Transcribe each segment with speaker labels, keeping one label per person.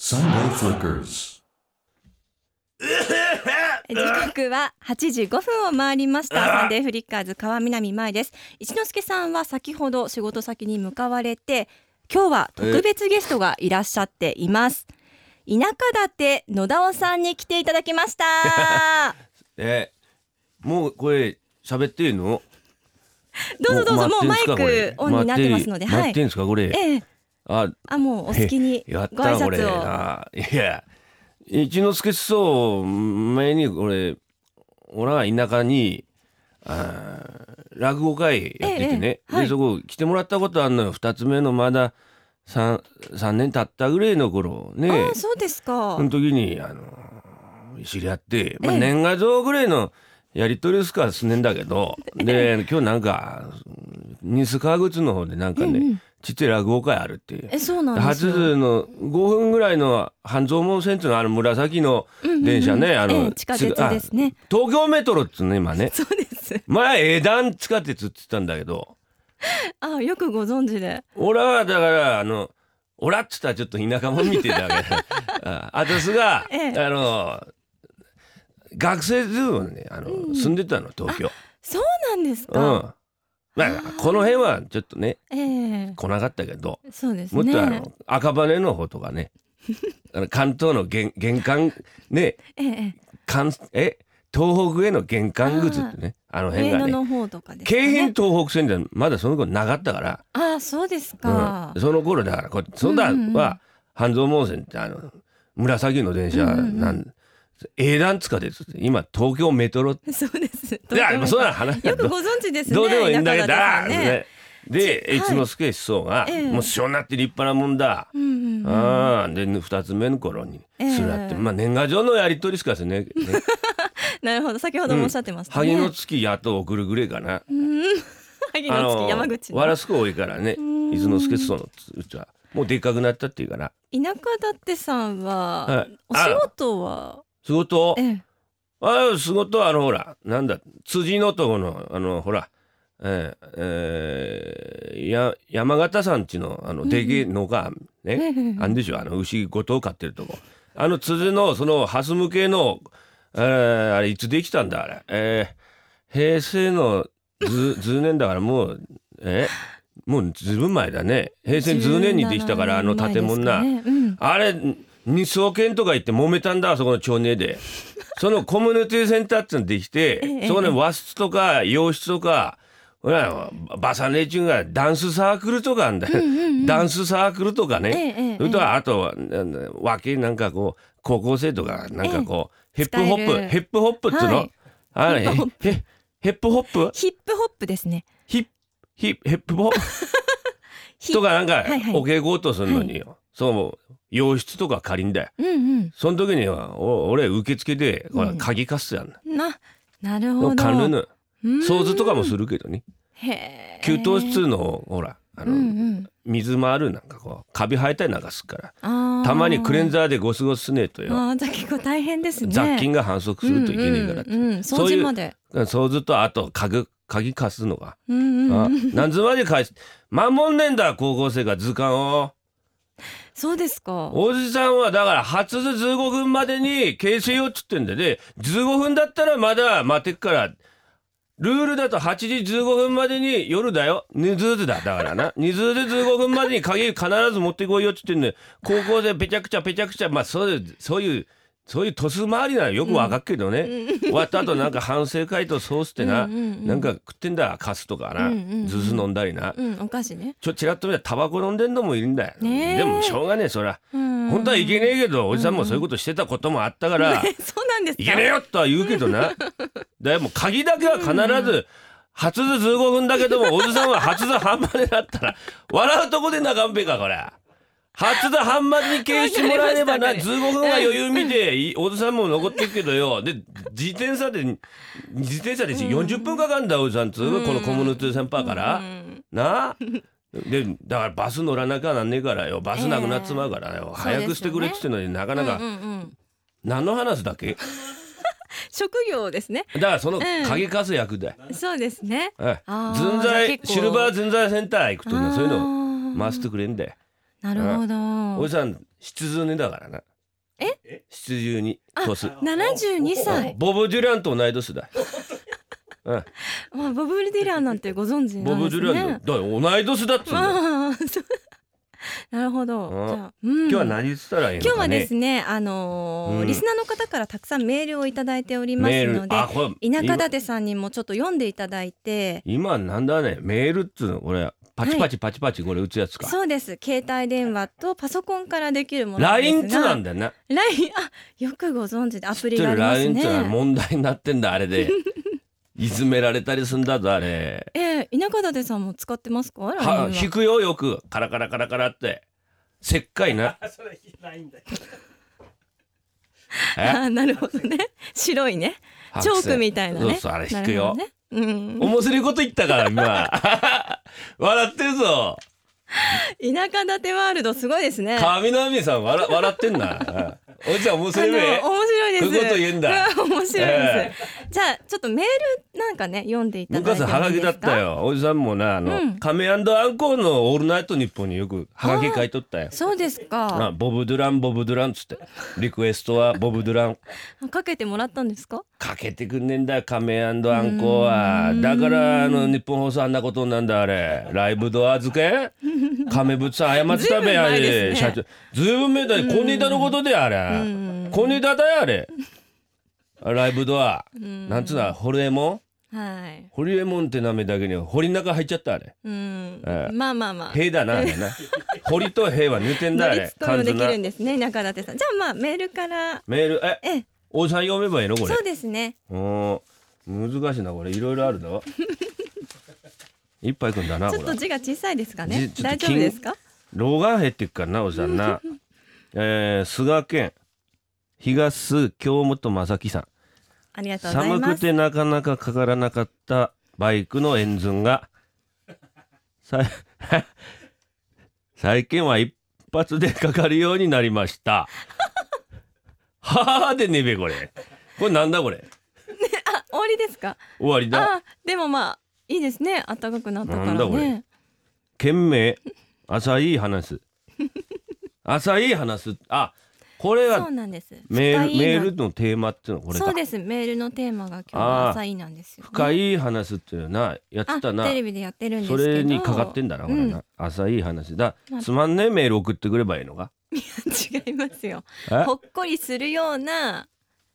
Speaker 1: Sunday Flickers.
Speaker 2: 時刻は8時5分を回りましたサンデーフリッカーズ川南舞です一之輔さんは先ほど仕事先に向かわれて今日は特別ゲストがいらっしゃっています田舎建て野田尾さんに来ていただきま した
Speaker 3: えもうこれ喋っていいの
Speaker 2: どうぞどうぞもうマ
Speaker 3: 待
Speaker 2: イ
Speaker 3: ってんすかこれ
Speaker 2: クオンになってますので
Speaker 3: 待
Speaker 2: は
Speaker 3: って待って
Speaker 2: い
Speaker 3: んすかこれ
Speaker 2: ええ
Speaker 3: あ
Speaker 2: あもうお好きに
Speaker 3: やっ
Speaker 2: ご
Speaker 3: た
Speaker 2: 挨
Speaker 3: なこれ
Speaker 2: 拶を
Speaker 3: ないや一之輔そう前に俺俺は田舎にあー落語会やっててね、
Speaker 2: ええはい
Speaker 3: でそこ来てもらったことあんのよ二つ目のまだ 3, 三年経ったぐらいの頃ね
Speaker 2: ああそうですか
Speaker 3: その時にあの知り合って、まあ、
Speaker 2: ええ
Speaker 3: 年賀状ぐらいのやり取りすかすんねんだ けど、で今日なんか西川口の方でなんかね、
Speaker 2: うんうん
Speaker 3: ちっちゃい落語会あるっていう。
Speaker 2: えそうなんです
Speaker 3: 初
Speaker 2: よ
Speaker 3: の5分ぐらいの半蔵門線っていうのあの紫の電車ね、
Speaker 2: うんうんうん
Speaker 3: あの、
Speaker 2: ええ地下鉄ですね
Speaker 3: あ東京メトロっつうの今ね
Speaker 2: そうです
Speaker 3: 前枝段地下鉄って言ったんだけど
Speaker 2: ああよくご存知で
Speaker 3: 俺はだからあの俺っつったらちょっと田舎もん見てたけど ああたすが、
Speaker 2: ええ
Speaker 3: あの学生ずぶんねあの、
Speaker 2: うん
Speaker 3: 住んでたの東京
Speaker 2: そうなんです
Speaker 3: うん
Speaker 2: か、
Speaker 3: まあこの辺はちょっとね
Speaker 2: ええ
Speaker 3: 来なかったけど
Speaker 2: そうです
Speaker 3: もっ
Speaker 2: ね
Speaker 3: とあの赤羽の方と かねあの関東の玄玄関ね
Speaker 2: ええ
Speaker 3: 関え東北への玄関口ってねあの辺
Speaker 2: 上
Speaker 3: が
Speaker 2: 野
Speaker 3: ね
Speaker 2: の方とかですか
Speaker 3: 京
Speaker 2: ね
Speaker 3: 浜。東北線じゃまだその頃なかったから、
Speaker 2: ああそうですか。
Speaker 3: うん、その頃だからこそんだ
Speaker 2: うんうん
Speaker 3: は半蔵門線ってあの紫の電車な
Speaker 2: うん
Speaker 3: 英断つかですって今東京メトロっ て
Speaker 2: そうです。
Speaker 3: いやそんな
Speaker 2: よ
Speaker 3: 話
Speaker 2: くご存知ですね。
Speaker 3: どうでもいいんだけど
Speaker 2: 中田さ
Speaker 3: だ
Speaker 2: ん
Speaker 3: ね。で
Speaker 2: ち
Speaker 3: 一之輔師匠が、
Speaker 2: ええ
Speaker 3: もう師匠になって立派なもんだ、
Speaker 2: うんうんうん。
Speaker 3: ああで2つ目の頃に
Speaker 2: ええ
Speaker 3: それあって、まあ年賀状のやり取りしかで すねね
Speaker 2: なるほど。先ほどもおっしゃってましたね。
Speaker 3: 萩の月やっと送るぐらいかな、
Speaker 2: うん。 萩の月山口
Speaker 3: わ
Speaker 2: の。
Speaker 3: らすこ多いからね
Speaker 2: うん
Speaker 3: 伊豆の助師匠のうちはもうでっかくなったっていうから、
Speaker 2: 田舎舘さん
Speaker 3: は
Speaker 2: はいお仕事は
Speaker 3: 仕事
Speaker 2: ええ
Speaker 3: ああ仕事はあのほらなんだ辻のとこのあのほらえーえーや山形さんちのあのでけえ農家、
Speaker 2: え
Speaker 3: ね、
Speaker 2: え
Speaker 3: あんでしょあの牛ごと飼ってるとこあの辻のその蓮向けの、えーあれいつできたんだあれ、えー平成の ずず年だからもうえもうずいぶん前だね平成10年にできたからあの建物な、
Speaker 2: 17年前ですかねうん
Speaker 3: あれ二層圏とか言って揉めたんだあそこの町 内でそのコミュニティセンターってのできて、
Speaker 2: ええ
Speaker 3: そこね和室とか洋室とかほらバサネチュンがダンスサークルとかあんだよ、ダンスサークルとかね、
Speaker 2: ええええ
Speaker 3: それとはあとはなんだ若いなんかこう高校生とかなんかこう、
Speaker 2: ええ
Speaker 3: ヘップホッ
Speaker 2: 使え
Speaker 3: プ
Speaker 2: る
Speaker 3: ヘップホップっつうの、
Speaker 2: はい
Speaker 3: あれ
Speaker 2: ヘップホッ
Speaker 3: ヘッヘップホップ
Speaker 2: ヒップホップですね。
Speaker 3: ヒッヒッヘップホップ
Speaker 2: ヒ
Speaker 3: とかなんか
Speaker 2: はいはい
Speaker 3: お稽古とするのによ、そう洋室とか借りんだよ。
Speaker 2: うん
Speaker 3: その時にはお俺受付でほら
Speaker 2: うん
Speaker 3: 鍵貸すやんな、
Speaker 2: うん。ななる
Speaker 3: の
Speaker 2: ほど。
Speaker 3: 管理の
Speaker 2: うん
Speaker 3: 掃除とかもするけどね
Speaker 2: へえ。
Speaker 3: 給湯室のほらあ
Speaker 2: う
Speaker 3: の、
Speaker 2: んうん。
Speaker 3: 水回るなんかこうカビ生えたりなんかするから
Speaker 2: ああ。
Speaker 3: たまにクレンザーでゴスゴスすねえとよ、
Speaker 2: ああ、じゃあ結構大変ですね。
Speaker 3: 雑菌が繁殖するといけねえからって、
Speaker 2: うんうんうん掃除まで。
Speaker 3: 掃除とあと鍵鍵貸すのが、
Speaker 2: うんうん
Speaker 3: あ
Speaker 2: うん。
Speaker 3: 何時まで貸す守んねえんだ高校生が図鑑を
Speaker 2: そうですか。
Speaker 3: おじさんはだから初図15分までに形成をっつってんでね15分だったらまだ待てっからルールだと8時15分までに夜だよ2ズーズだだからな2ズーズ15分までに鍵必ず持ってこいよっつってんで高校生ぺちゃくちゃぺちゃくちゃまあそういうそういうそういうトス回りならよくわかっけどね、終わった後なんか反省会とソースってな、
Speaker 2: うんうんうん
Speaker 3: なんか食ってんだカスとかな、
Speaker 2: うんうんうん
Speaker 3: ズズ飲んだりな、
Speaker 2: うん、お菓子ね。
Speaker 3: ちょちらっと見たらタバコ飲んでんのもいるんだよ、
Speaker 2: ねえ
Speaker 3: でもしょうがねえそりゃ
Speaker 2: うん。
Speaker 3: 本当はいけねえけどおじさんもそういうことしてたこともあったから
Speaker 2: そうなんですか。
Speaker 3: いけねえよとは言うけどなでも鍵だけは必ず初図15分だけどもおじさんは初図半端になったら笑うとこでなかんべかこれ初図半端に経してもらえればな
Speaker 2: わかりました
Speaker 3: 15分は余裕見ていおじさんも残ってるけどよで自転車で自転車で40分かかんだよおじさんつうこのコミュニティセンパーから。
Speaker 2: うん
Speaker 3: なあでだからバス乗らなきゃなんねえからよバスなくなっちまうからよ、
Speaker 2: え
Speaker 3: 早くしてくれっつってんのになかなか、
Speaker 2: うんうんうん
Speaker 3: 何の話だっけ
Speaker 2: 職業ですね。
Speaker 3: だからその
Speaker 2: ん
Speaker 3: 鍵かす役だよ、
Speaker 2: そうですね。
Speaker 3: はい
Speaker 2: あー
Speaker 3: 人
Speaker 2: じゃあ
Speaker 3: 材
Speaker 2: 結構
Speaker 3: シルバー人材センター行くとねそういうの
Speaker 2: あー
Speaker 3: 回してくれんだよ
Speaker 2: なるほど。
Speaker 3: おじさん必ずねだからなえ必ずに年
Speaker 2: 七十二歳。
Speaker 3: ボブ・デュランと同い 年だうん
Speaker 2: まあボブディランなんてご存知な
Speaker 3: ボ
Speaker 2: ん
Speaker 3: ブ・
Speaker 2: で
Speaker 3: デ
Speaker 2: す
Speaker 3: ュラン
Speaker 2: ね。
Speaker 3: だだよ同い年だっつうんだよ
Speaker 2: まあ、そうなるほど。
Speaker 3: うん
Speaker 2: じゃあ、うん
Speaker 3: 今日は何言ってたらいいの
Speaker 2: 今日
Speaker 3: か
Speaker 2: は
Speaker 3: ね
Speaker 2: ですね、あのー
Speaker 3: うん
Speaker 2: リスナーの方からたくさんメールをいただいております
Speaker 3: メー
Speaker 2: の
Speaker 3: ル
Speaker 2: で、
Speaker 3: あこれ
Speaker 2: 田舎舘さんにもちょっと読んでいただいて、
Speaker 3: 今なんだねメールっつうのこれパチパチパチパチこれ打つやつか、
Speaker 2: そうです。携帯電話とパソコンからできるものなんです
Speaker 3: LINE
Speaker 2: が、
Speaker 3: っつうなんだよな
Speaker 2: LINE あよくご存知でアプ
Speaker 3: 知っ
Speaker 2: リ
Speaker 3: て
Speaker 2: があ
Speaker 3: る
Speaker 2: ります
Speaker 3: LINE っつうのは
Speaker 2: ね。
Speaker 3: 問題になってんだあれ でいじめられたりすんだぞあれ
Speaker 2: えー、田舎舘さんも使ってますか？LINE は
Speaker 3: は引くよよくカラカラカラカラってせっかいな
Speaker 1: それないんだけど。
Speaker 3: え
Speaker 2: あなるほどね。白いね。チョークみたいなね。
Speaker 3: そうそうあれ引くよ
Speaker 2: なるほどねうん。
Speaker 3: 面白いこと言ったから今笑ってるぞ
Speaker 2: 田舎建てワールドすごいですね。
Speaker 3: 神波さん笑笑ってんなうんおじちゃん面
Speaker 2: あの
Speaker 3: 白い
Speaker 2: 面
Speaker 3: ね
Speaker 2: 白いです。
Speaker 3: こういうこと言うん だ
Speaker 2: 面白いです。
Speaker 3: え
Speaker 2: じゃあちょっとメールなんかね読んでいただい
Speaker 3: 昔
Speaker 2: ても
Speaker 3: ハガ
Speaker 2: いい
Speaker 3: キ
Speaker 2: で
Speaker 3: だ
Speaker 2: す
Speaker 3: っ
Speaker 2: か。
Speaker 3: たよおじさんもなあの、
Speaker 2: うん
Speaker 3: カメアンコーの「オールナイトニッポン」によくハガキ書いとったよ
Speaker 2: そうですか。
Speaker 3: あボブ・ドゥランボブ・ドゥランっつってリクエストはボブ・ドゥラン
Speaker 2: かけてもらったんですか。
Speaker 3: かけてくんねんだカメアンコーはだからあの日本放送あんなことになんだあれライブドア預け亀渕さん謝ってたべあ
Speaker 2: ずいぶん前です
Speaker 3: れ
Speaker 2: ね
Speaker 3: 社長ずいぶん前だねこんにだのことであれこんにだだよあれライブドアなんつうのホリエモン
Speaker 2: はい。
Speaker 3: ホリエモンって名前だけに堀の中入っちゃったあれ
Speaker 2: うん。
Speaker 3: ええ
Speaker 2: まあまあまあ。
Speaker 3: 兵だな、あれな。堀と兵は抜けん だ、
Speaker 2: 乗
Speaker 3: あ
Speaker 2: り
Speaker 3: れ
Speaker 2: つ。もでき
Speaker 3: な
Speaker 2: る。んですね、中舘さん。じゃあまあメールから、
Speaker 3: メール、え、
Speaker 2: ええ、
Speaker 3: おじさん読めばいいの、これ
Speaker 2: そう。ですね。
Speaker 3: おー難しいな、これ、いろいろあるだ。一杯くんだな、
Speaker 2: ち
Speaker 3: こ
Speaker 2: ょっと
Speaker 3: れ。
Speaker 2: 字が小さいですかね。
Speaker 3: じちょっ
Speaker 2: 大
Speaker 3: と
Speaker 2: 丈夫
Speaker 3: 金
Speaker 2: ですか。
Speaker 3: 老眼減ってっからな、おじさんな。えー、菅健。東須京本正樹さん。
Speaker 2: ありがとうござい
Speaker 3: 寒
Speaker 2: ま
Speaker 3: く
Speaker 2: す。
Speaker 3: てなかなかかからなかったバイクのエンジンがさ 最近は一発でかかるようになりました。はあでねべこれ。これなんだこれ。
Speaker 2: あ、終わりですか。
Speaker 3: 終わりだ。
Speaker 2: あ、でもまあいいですね。暖かくなったか
Speaker 3: なんだ
Speaker 2: ら
Speaker 3: これ
Speaker 2: ね。
Speaker 3: 件名浅い話。浅い話。あこれ
Speaker 2: そ
Speaker 3: は
Speaker 2: うなんです。
Speaker 3: メー
Speaker 2: 深
Speaker 3: ル
Speaker 2: い
Speaker 3: メ
Speaker 2: な
Speaker 3: ールのテーマっていうのはこれ
Speaker 2: そう
Speaker 3: か。
Speaker 2: です。メールのテーマが今日は浅いなんですよ、ね。
Speaker 3: 深い話っていうなやってたな。
Speaker 2: あ、テレビでやってるんですけ
Speaker 3: そ
Speaker 2: ど。
Speaker 3: れにかかってんだな、これ
Speaker 2: うん
Speaker 3: な。朝いい話だ
Speaker 2: まあ。
Speaker 3: つまんねえメール送ってくればいいのか。
Speaker 2: 違いますよ。
Speaker 3: え
Speaker 2: ほっこりするような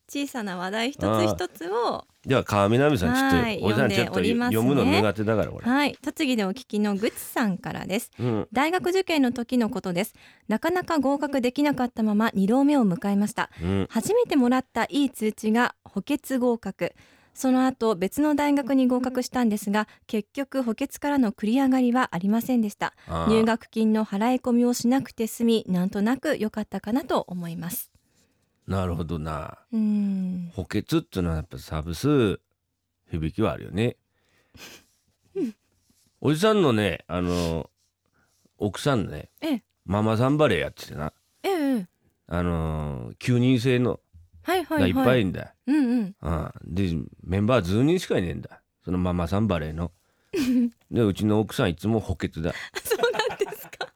Speaker 2: 小さな話題一
Speaker 3: あ
Speaker 2: つ
Speaker 3: ー
Speaker 2: 一つを
Speaker 3: では川南さん、ちょっ
Speaker 2: はい
Speaker 3: と、おじさん、ちょっ
Speaker 2: 読ん
Speaker 3: と
Speaker 2: でおりますね
Speaker 3: 読むの苦手だから、これ。
Speaker 2: はい、栃木でお聞きのぐつさんからです。
Speaker 3: うん。
Speaker 2: 大学受験の時のことです。なかなか合格できなかったまま2度目を迎えました。
Speaker 3: うん。
Speaker 2: 初めてもらったいい通知が補欠合格その後別の大学に合格したんですが結局補欠からの繰り上がりはありませんでした
Speaker 3: ああ
Speaker 2: 入学金の払い込みをしなくて済みなんとなく良かったかなと思います
Speaker 3: なるほどな。
Speaker 2: うーん
Speaker 3: 補欠っていうのは、やっぱサブス。響きはある よね。おじさんのね、あの。奥さんね
Speaker 2: ええ。
Speaker 3: ママさんバレーやっててな。
Speaker 2: ええ
Speaker 3: あのー、九人制の。
Speaker 2: はいは
Speaker 3: がい
Speaker 2: い
Speaker 3: っ
Speaker 2: はい
Speaker 3: ぱいいんだよ。
Speaker 2: うん うん
Speaker 3: ああでメンバー10人しかいねえんだそのママさんバレー のでうちの奥さんいつも補欠だ
Speaker 2: そう なんですか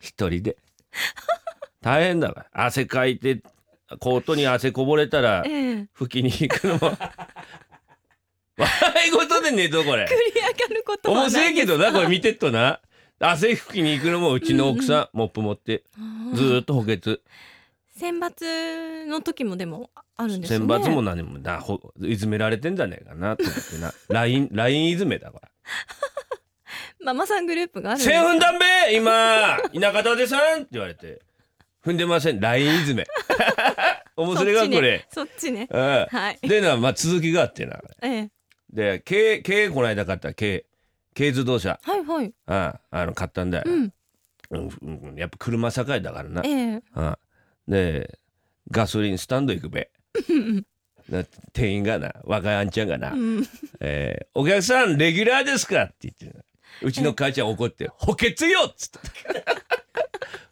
Speaker 3: 一人で大変だから汗かいてコートに汗こぼれたら
Speaker 2: ええ繰
Speaker 3: 拭きに行くのも笑い事でねえぞこれ
Speaker 2: り上がることは
Speaker 3: 面
Speaker 2: な
Speaker 3: 白
Speaker 2: い
Speaker 3: いけどなこれ見てっとな汗拭きに行くのもうちの奥さんモップ持ってずーっと補欠
Speaker 2: 選抜の時もでもあるんですね
Speaker 3: 選抜も何もなほいじめられてんじゃねえかなと思ってな LINE LINE いじめだから。
Speaker 2: ママさんグループがあるんです
Speaker 3: 千踏んだんべ今田舎舘さんって言われて踏んでませんラインい ずめ面白いがこれ、
Speaker 2: そっちねそっちね
Speaker 3: う
Speaker 2: はい
Speaker 3: ん、でなまあ続きがあってな
Speaker 2: ええ
Speaker 3: で軽軽こないだ買った軽軽自動車
Speaker 2: はいはい。
Speaker 3: あああの買ったんだよ、
Speaker 2: うん。
Speaker 3: うんうんやっぱ車社会だからな
Speaker 2: え、え
Speaker 3: ああでガソリンスタンド行くべな店員がな若いあんちゃんがな、
Speaker 2: うん。
Speaker 3: えーお客さんレギュラーですか?」って言ってるうちの母ちゃん怒って「補欠よ!」っつって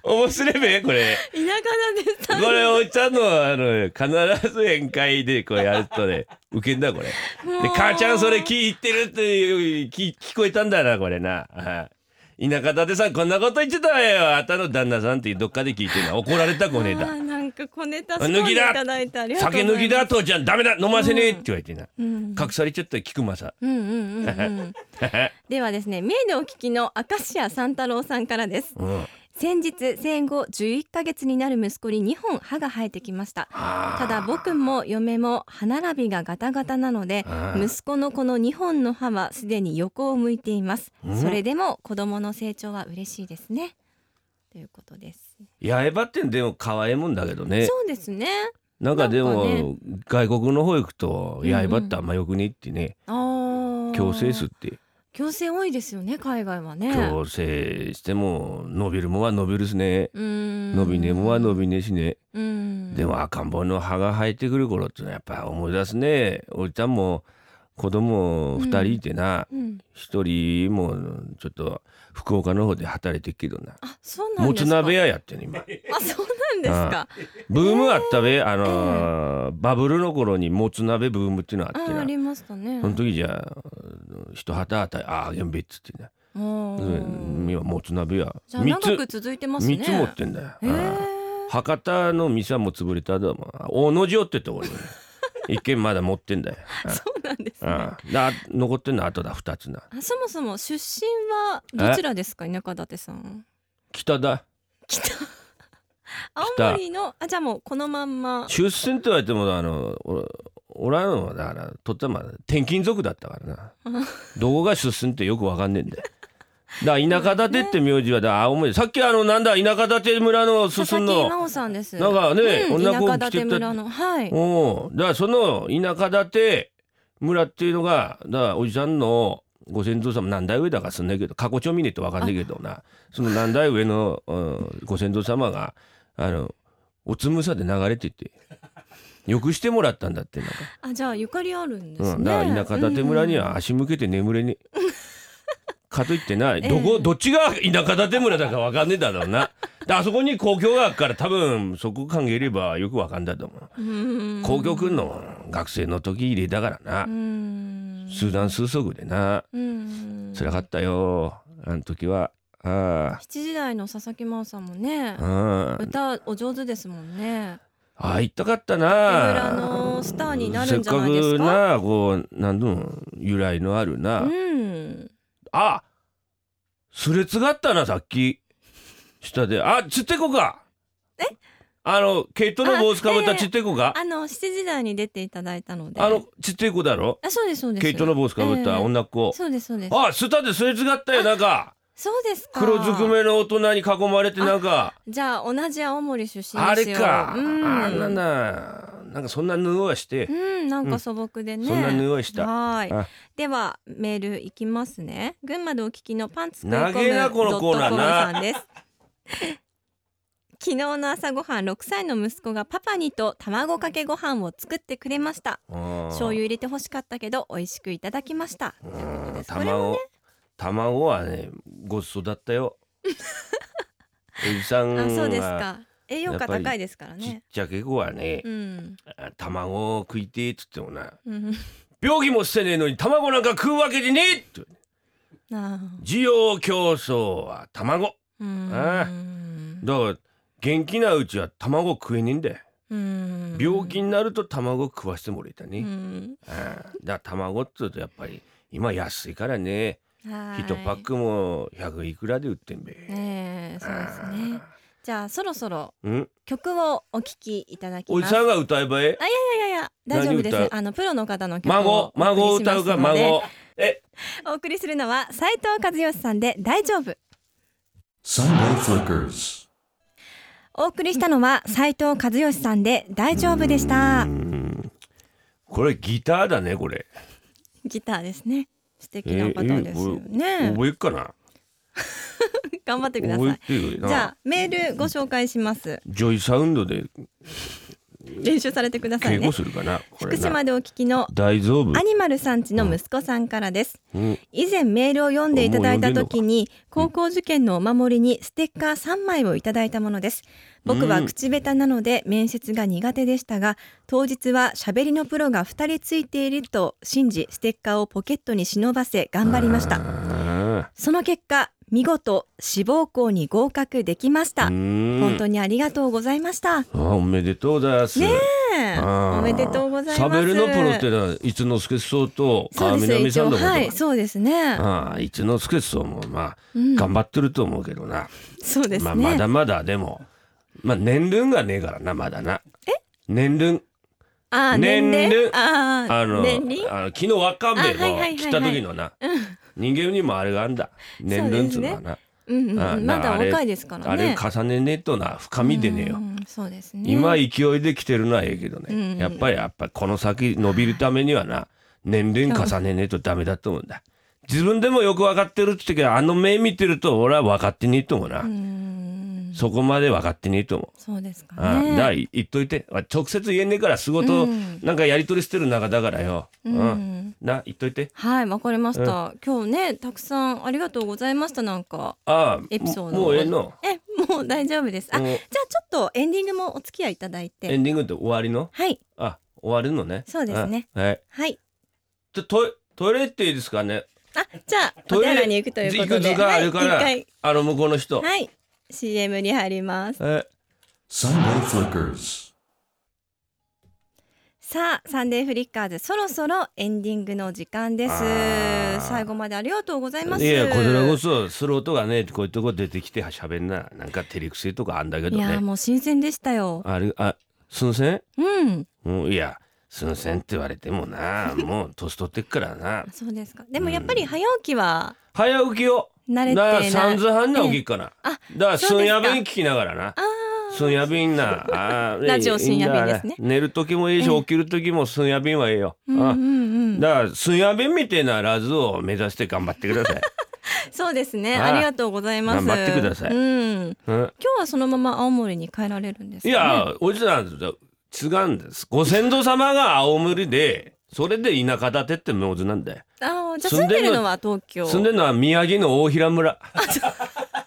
Speaker 3: 面白いねこれ
Speaker 2: 田舎なんで
Speaker 3: こ
Speaker 2: さん。
Speaker 3: れおじさんのあの必ず宴会でこうやるとね受けんだこれで
Speaker 2: もう
Speaker 3: 母ちゃんそれ聞いてるっていう聞聞こえたんだなこれなはい田舎だでさこんなこと言ってたわよあたの旦那さんってどっかで聞いてるの怒られたこねえ
Speaker 2: あ
Speaker 3: だ
Speaker 2: ーなんか小ネタすご
Speaker 3: 抜
Speaker 2: い
Speaker 3: き
Speaker 2: い
Speaker 3: だ
Speaker 2: ただいてありがとうござ
Speaker 3: 酒
Speaker 2: います
Speaker 3: 抜きだ父ちゃんダメだ飲ませねえって言われてな、
Speaker 2: うん
Speaker 3: 隠されちゃった菊間さん
Speaker 2: うんうんうんうん ではですねメールをお聞きの明石家三太郎さんからです
Speaker 3: うんあ
Speaker 2: 先日生後11ヶ月になる息子に2本歯が生えてきました
Speaker 3: あ
Speaker 2: ただ僕も嫁も歯並びがガタガタなので
Speaker 3: ああ
Speaker 2: 息子のこの2本の歯はすでに横を向いています
Speaker 3: うん
Speaker 2: それでも子供の成長は嬉しいですねということです
Speaker 3: 八重歯ってでも可愛いもんだけどね
Speaker 2: そうですね
Speaker 3: なんかでも
Speaker 2: なん
Speaker 3: 外国の方行くと八重歯ってあんまよくねってね、
Speaker 2: あー
Speaker 3: 矯正数って
Speaker 2: 矯正多いですよね海外はね
Speaker 3: 矯正しても伸びるもんは伸びるしね
Speaker 2: 伸
Speaker 3: 伸びねえもんは伸
Speaker 2: び
Speaker 3: びねえしね
Speaker 2: うん
Speaker 3: でも赤ん坊の歯が生えてくる頃ってのはやっぱ思い出すねおじちゃんも子供2人いてな
Speaker 2: うん
Speaker 3: 一、人もうちょっと福岡の方で働いてっけどな
Speaker 2: あそうなん
Speaker 3: も
Speaker 2: で
Speaker 3: つ
Speaker 2: すか
Speaker 3: 鍋屋やってんの今
Speaker 2: あそうなんですか
Speaker 3: ブームあったべ、あのーバブルの頃にもつ鍋ブームっていうのあ
Speaker 2: あ
Speaker 3: って
Speaker 2: ーあ
Speaker 3: な
Speaker 2: りましたね
Speaker 3: その時じゃあ一旗あたりああげんべっつってな、
Speaker 2: あー
Speaker 3: うん、今もつ鍋屋
Speaker 2: じゃあ
Speaker 3: 3
Speaker 2: 長
Speaker 3: つ
Speaker 2: く続いてますね
Speaker 3: 三つ持ってんだよ、
Speaker 2: へ
Speaker 3: うん
Speaker 2: ー
Speaker 3: 博多の店はもう潰れただもん大野城って ところに一軒まだ持ってんだよ
Speaker 2: そうなんです
Speaker 3: うん
Speaker 2: ね
Speaker 3: うんだ残ってんのあとだ二つな
Speaker 2: あそもそも出身はどちらですか田舎舘さん
Speaker 3: 北だ
Speaker 2: 青森のあじゃあもうこのまんま
Speaker 3: 出身って言われてもあのお俺らのはだからとったま転勤族だったからな どこが出身ってよくわかんねえんだよだから田舎建てって名字はだから青森さっきあのなんだ田舎建て村の
Speaker 2: 佐
Speaker 3: 進ん
Speaker 2: 々木
Speaker 3: の
Speaker 2: 真央さんです
Speaker 3: なんかね
Speaker 2: うん
Speaker 3: 女子
Speaker 2: 田
Speaker 3: を
Speaker 2: 舎
Speaker 3: 着
Speaker 2: 舘
Speaker 3: てた
Speaker 2: 村のはい
Speaker 3: おだからその田舎建て村っていうのがだからおじさんのご先祖様何代上だかすんないけど過去帳見ねえと分かんないけどなその何代上の、うんご先祖様があのおつむさで流れててよくしてもらったんだってなんか、
Speaker 2: あじゃあゆかりあるんです
Speaker 3: う
Speaker 2: ね
Speaker 3: ん、だから田舎建て村には足向けて眠れね え。かといってなど
Speaker 2: え
Speaker 3: こ、
Speaker 2: え
Speaker 3: どっちが田舎建て村だか分かんねえだろうな。であそこに公共があるから多分そこ考えればよく分かんだと思
Speaker 2: う
Speaker 3: う。
Speaker 2: ん
Speaker 3: 公共くんの学生の時入れだから
Speaker 2: う
Speaker 3: な、
Speaker 2: ん
Speaker 3: スーダン数足でな
Speaker 2: うん
Speaker 3: 辛かったよあの時はあ
Speaker 2: 7時台の佐々木真央さんもね
Speaker 3: ああ
Speaker 2: 歌お上手ですもんね
Speaker 3: ああ行ったかった
Speaker 2: 村
Speaker 3: な
Speaker 2: のスターにな
Speaker 3: せ
Speaker 2: る
Speaker 3: っ
Speaker 2: んじゃ
Speaker 3: か
Speaker 2: ないです
Speaker 3: く
Speaker 2: か
Speaker 3: なこう何度も由来のあるな、
Speaker 2: うん
Speaker 3: あすれ違ったなさっき下であちってこかあの毛糸の帽子かぶっ
Speaker 2: あ
Speaker 3: た
Speaker 2: ええ
Speaker 3: ちってこか
Speaker 2: あの7時台に出ていただいたので
Speaker 3: あのちってこだろ
Speaker 2: あそうですそうです
Speaker 3: 毛糸の帽子かぶっ
Speaker 2: え
Speaker 3: た
Speaker 2: え
Speaker 3: 女っ子、
Speaker 2: そうですそうです
Speaker 3: あスタですれ違ったよなんか。
Speaker 2: そうですか
Speaker 3: 黒ずくめの大人に囲まれてなんか
Speaker 2: じゃあ同じ青森出身ですよ
Speaker 3: あれか、
Speaker 2: うん
Speaker 3: あんなななんかそんな布はして
Speaker 2: う、んなんか素朴でね、
Speaker 3: そんな布はした
Speaker 2: はーい
Speaker 3: あ
Speaker 2: ではメールいきますね群馬でお聞きのパンツ食い
Speaker 3: 長え
Speaker 2: 込
Speaker 3: な
Speaker 2: む
Speaker 3: このコーナーな
Speaker 2: .com さんです昨日の朝ごはん6歳の息子がパパにと卵かけご飯を作ってくれました
Speaker 3: うん
Speaker 2: 醤油入れて欲しかったけど美味しくいただきましたということ
Speaker 3: う
Speaker 2: で
Speaker 3: ん
Speaker 2: すこれも
Speaker 3: 卵、卵はねごちそうだっ たよおじさん
Speaker 2: あそうです
Speaker 3: は
Speaker 2: か栄養価高いですから
Speaker 3: ちっ
Speaker 2: ね
Speaker 3: ちゃけ子はね、
Speaker 2: うん
Speaker 3: あ卵を食いてえっつってもな
Speaker 2: うん
Speaker 3: 病気もしてねえのに卵なんか食うわけでねえって
Speaker 2: あ
Speaker 3: 需要競争は卵
Speaker 2: ーう
Speaker 3: ああ
Speaker 2: ん
Speaker 3: だから元気なうちは卵食えねえんだよ
Speaker 2: うん
Speaker 3: 病気になると卵食わしてもらえたね、
Speaker 2: うん
Speaker 3: うんだから卵っつうとやっぱり今安いからね
Speaker 2: はーい
Speaker 3: 一パックも100いくらで売ってんべ、
Speaker 2: ねえそうですねじゃあそろそろ
Speaker 3: うん
Speaker 2: 曲をお聴きいただき
Speaker 3: お
Speaker 2: ま
Speaker 3: じ
Speaker 2: すい
Speaker 3: さんが歌えばええ
Speaker 2: やいやいや大丈夫で
Speaker 3: 何
Speaker 2: す
Speaker 3: 歌
Speaker 2: あのプロの方の曲
Speaker 3: 孫
Speaker 2: をお
Speaker 3: 孫を
Speaker 2: 送りしますの
Speaker 3: 歌うか
Speaker 2: で
Speaker 3: 孫え
Speaker 2: お送りするのは斉藤和義さんで大丈夫
Speaker 1: Sunday Flickers.
Speaker 2: お送りしたのは斉藤和義さんで大丈夫でした
Speaker 3: うんこれギターだねこれ
Speaker 2: ギターですね素敵な方ですよね
Speaker 3: 覚えっかな
Speaker 2: 頑張ってくだ
Speaker 3: 覚
Speaker 2: さい
Speaker 3: えてるよな
Speaker 2: じゃあメールご紹介します
Speaker 3: ジョイサウンドで
Speaker 2: 練習されてください
Speaker 3: 稽
Speaker 2: ね
Speaker 3: 古するかなこ
Speaker 2: 福
Speaker 3: れな
Speaker 2: 島でお聞きの
Speaker 3: 大丈夫
Speaker 2: アニマルさんちの息子さんからです
Speaker 3: うん
Speaker 2: 以前メールを読んでいただいた時に高校受験のお守りにステッカー3枚をいただいたものです僕は口下手なので面接が苦手でしたが当日は喋りのプロが2人ついていると信じステッカーをポケットに忍ばせ頑張りました
Speaker 3: あ
Speaker 2: その結果見事志望校に合格できました本
Speaker 3: 本
Speaker 2: 当にありがとうございましたね
Speaker 3: あおめでとうございます。
Speaker 2: え
Speaker 3: あー
Speaker 2: おめでとうございます
Speaker 3: しゃべるのプロってのは一之輔総と
Speaker 2: そ
Speaker 3: 川
Speaker 2: うで
Speaker 3: 南
Speaker 2: す
Speaker 3: さ
Speaker 2: 一
Speaker 3: ん
Speaker 2: 応
Speaker 3: のことか、
Speaker 2: はいそうですね
Speaker 3: ああ一之輔総もまあ、
Speaker 2: うん
Speaker 3: 頑張ってると思うけどな、
Speaker 2: そうです
Speaker 3: まあ、
Speaker 2: ね
Speaker 3: まだまだでも、まあ、年齢がねえからなまだな。え年齢
Speaker 2: あー年
Speaker 3: 年
Speaker 2: 齢
Speaker 3: 齢
Speaker 2: あー
Speaker 3: あの
Speaker 2: 年輪
Speaker 3: あの昨日わかめ
Speaker 2: あはいはいはいはい
Speaker 3: の来た時のな、人間にもあれがあんだ年齢っつうのはな、
Speaker 2: うんうん
Speaker 3: あ
Speaker 2: うんま
Speaker 3: な
Speaker 2: だ
Speaker 3: あれ
Speaker 2: 若いですからね
Speaker 3: あれ重ねねえとな深みでねえよ
Speaker 2: う。んそうですね
Speaker 3: 今勢いで来てるのはええけどね、
Speaker 2: うん
Speaker 3: やっぱりやっぱこの先伸びるためにはな年齢重ねねえとダメだと思うんだ自分でもよく分かってるって言うけどあの目見てると俺は分かってねえと思うな、
Speaker 2: うん
Speaker 3: そこまで分かってねえと思う
Speaker 2: そうですか
Speaker 3: ああだから
Speaker 2: ね
Speaker 3: 言っといて直接言えねえから仕事
Speaker 2: うん
Speaker 3: なんかやり取りしてる中だからよ、う
Speaker 2: うんん
Speaker 3: な言っといて
Speaker 2: はいわかりました今日ねたくさんありがとうございましたなんか
Speaker 3: ああ
Speaker 2: エピソード
Speaker 3: ももうええの
Speaker 2: えもう大丈夫ですあじゃ
Speaker 3: もう
Speaker 2: あちょっとエンディングもお付き合いいただい
Speaker 3: エ
Speaker 2: て
Speaker 3: ンディングって終わりの
Speaker 2: はい
Speaker 3: あ終わるのね
Speaker 2: そうですね
Speaker 3: あはい
Speaker 2: はい
Speaker 3: ちょトイトイレ行っていいですかね
Speaker 2: あじゃあお
Speaker 3: ト
Speaker 2: 手
Speaker 3: イレ
Speaker 2: 洗いに行くということで
Speaker 3: 行く図があるから
Speaker 2: はい一
Speaker 3: あの向こうの人、
Speaker 2: 回はい CM に入ります
Speaker 3: え
Speaker 1: Sunday Flickers.
Speaker 2: さあサンデーフリッカーズそろそろエンディングの時間です
Speaker 3: あー
Speaker 2: 最後までありがとうございます
Speaker 3: いやこちらこそ素人がねこういうとこ出てきてしゃべんななんか照れくせえとかあんだけど
Speaker 2: いや
Speaker 3: ね
Speaker 2: もう新鮮でしたよ
Speaker 3: あれあすんせん、
Speaker 2: うん
Speaker 3: うん、いやすんせんって言われてもなもう年取ってっか らな
Speaker 2: そうですかでもやっぱり早起きは
Speaker 3: 早起きを
Speaker 2: 慣れ
Speaker 3: だ
Speaker 2: て
Speaker 3: から
Speaker 2: ない
Speaker 3: 3時半に起きっ
Speaker 2: ええ
Speaker 3: からだか
Speaker 2: あ
Speaker 3: ら
Speaker 2: そ
Speaker 3: す
Speaker 2: うんですか
Speaker 3: やべん聞きながらな
Speaker 2: あー
Speaker 3: すんやべん なあー
Speaker 2: ラジオすんやべんですね
Speaker 3: いいだ寝る時もいいし
Speaker 2: ええ
Speaker 3: 起きる時もすんやべんはええよ、
Speaker 2: うんうん
Speaker 3: あ
Speaker 2: うん
Speaker 3: だからすんやべんみたいなラズを目指して頑張ってく ださい、
Speaker 2: そうですね
Speaker 3: あー
Speaker 2: ありがとうございます
Speaker 3: 頑張ってください
Speaker 2: うん
Speaker 3: うん
Speaker 2: 今日はそのまま青森に帰られるんですか
Speaker 3: い
Speaker 2: ね
Speaker 3: や、おじさん、違うんです。ご先祖様が青森で、それで田舎建てって名字なんだよ。
Speaker 2: あーじゃあ住んでるのは東京
Speaker 3: 住んでるのは宮城の大平村。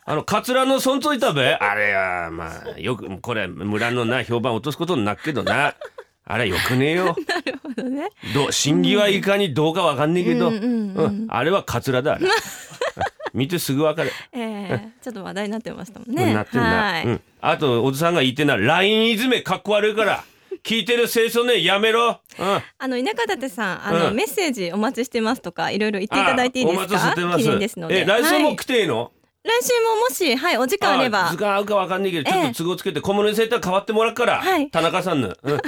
Speaker 3: あの、桂の村ついたべ。あれは、まあ、よく、これ、村のな、評判落とすことになっけどな。あれよくねえよ。
Speaker 2: なるほどね
Speaker 3: どう、審議はいかにどうかわかんねえけど、
Speaker 2: うんうんうん
Speaker 3: うんあれは 桂だ、あれ見てすぐわかる。
Speaker 2: えーちょっと話題になってましたもん
Speaker 3: う
Speaker 2: ね
Speaker 3: んなってんな
Speaker 2: はい
Speaker 3: うん、あとおじさんが言ってんな LINE いじめかっこ悪いから聞いてる清掃ねやめろ、うん、あ
Speaker 2: あの稲方てさんあの、
Speaker 3: うん
Speaker 2: メッセージお待ちしてますとかいろいろ言っていただいていいですか
Speaker 3: お待ちしてます
Speaker 2: 記念ですので
Speaker 3: え来週
Speaker 2: は
Speaker 3: も
Speaker 2: い
Speaker 3: 来ていいの、
Speaker 2: 来週ももしはいお時間あれば
Speaker 3: 時間合うかわかんないけどちょっ
Speaker 2: ええ
Speaker 3: と都合つけて、コミュニセンター変わってもらうから、
Speaker 2: はい
Speaker 3: 田中さんの、うん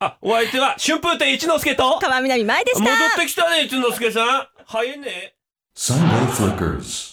Speaker 3: あお相手は春風亭一之輔と
Speaker 2: 川南舞でした
Speaker 3: 戻ってきたね一之輔さん早いね
Speaker 1: Sunday Flickers.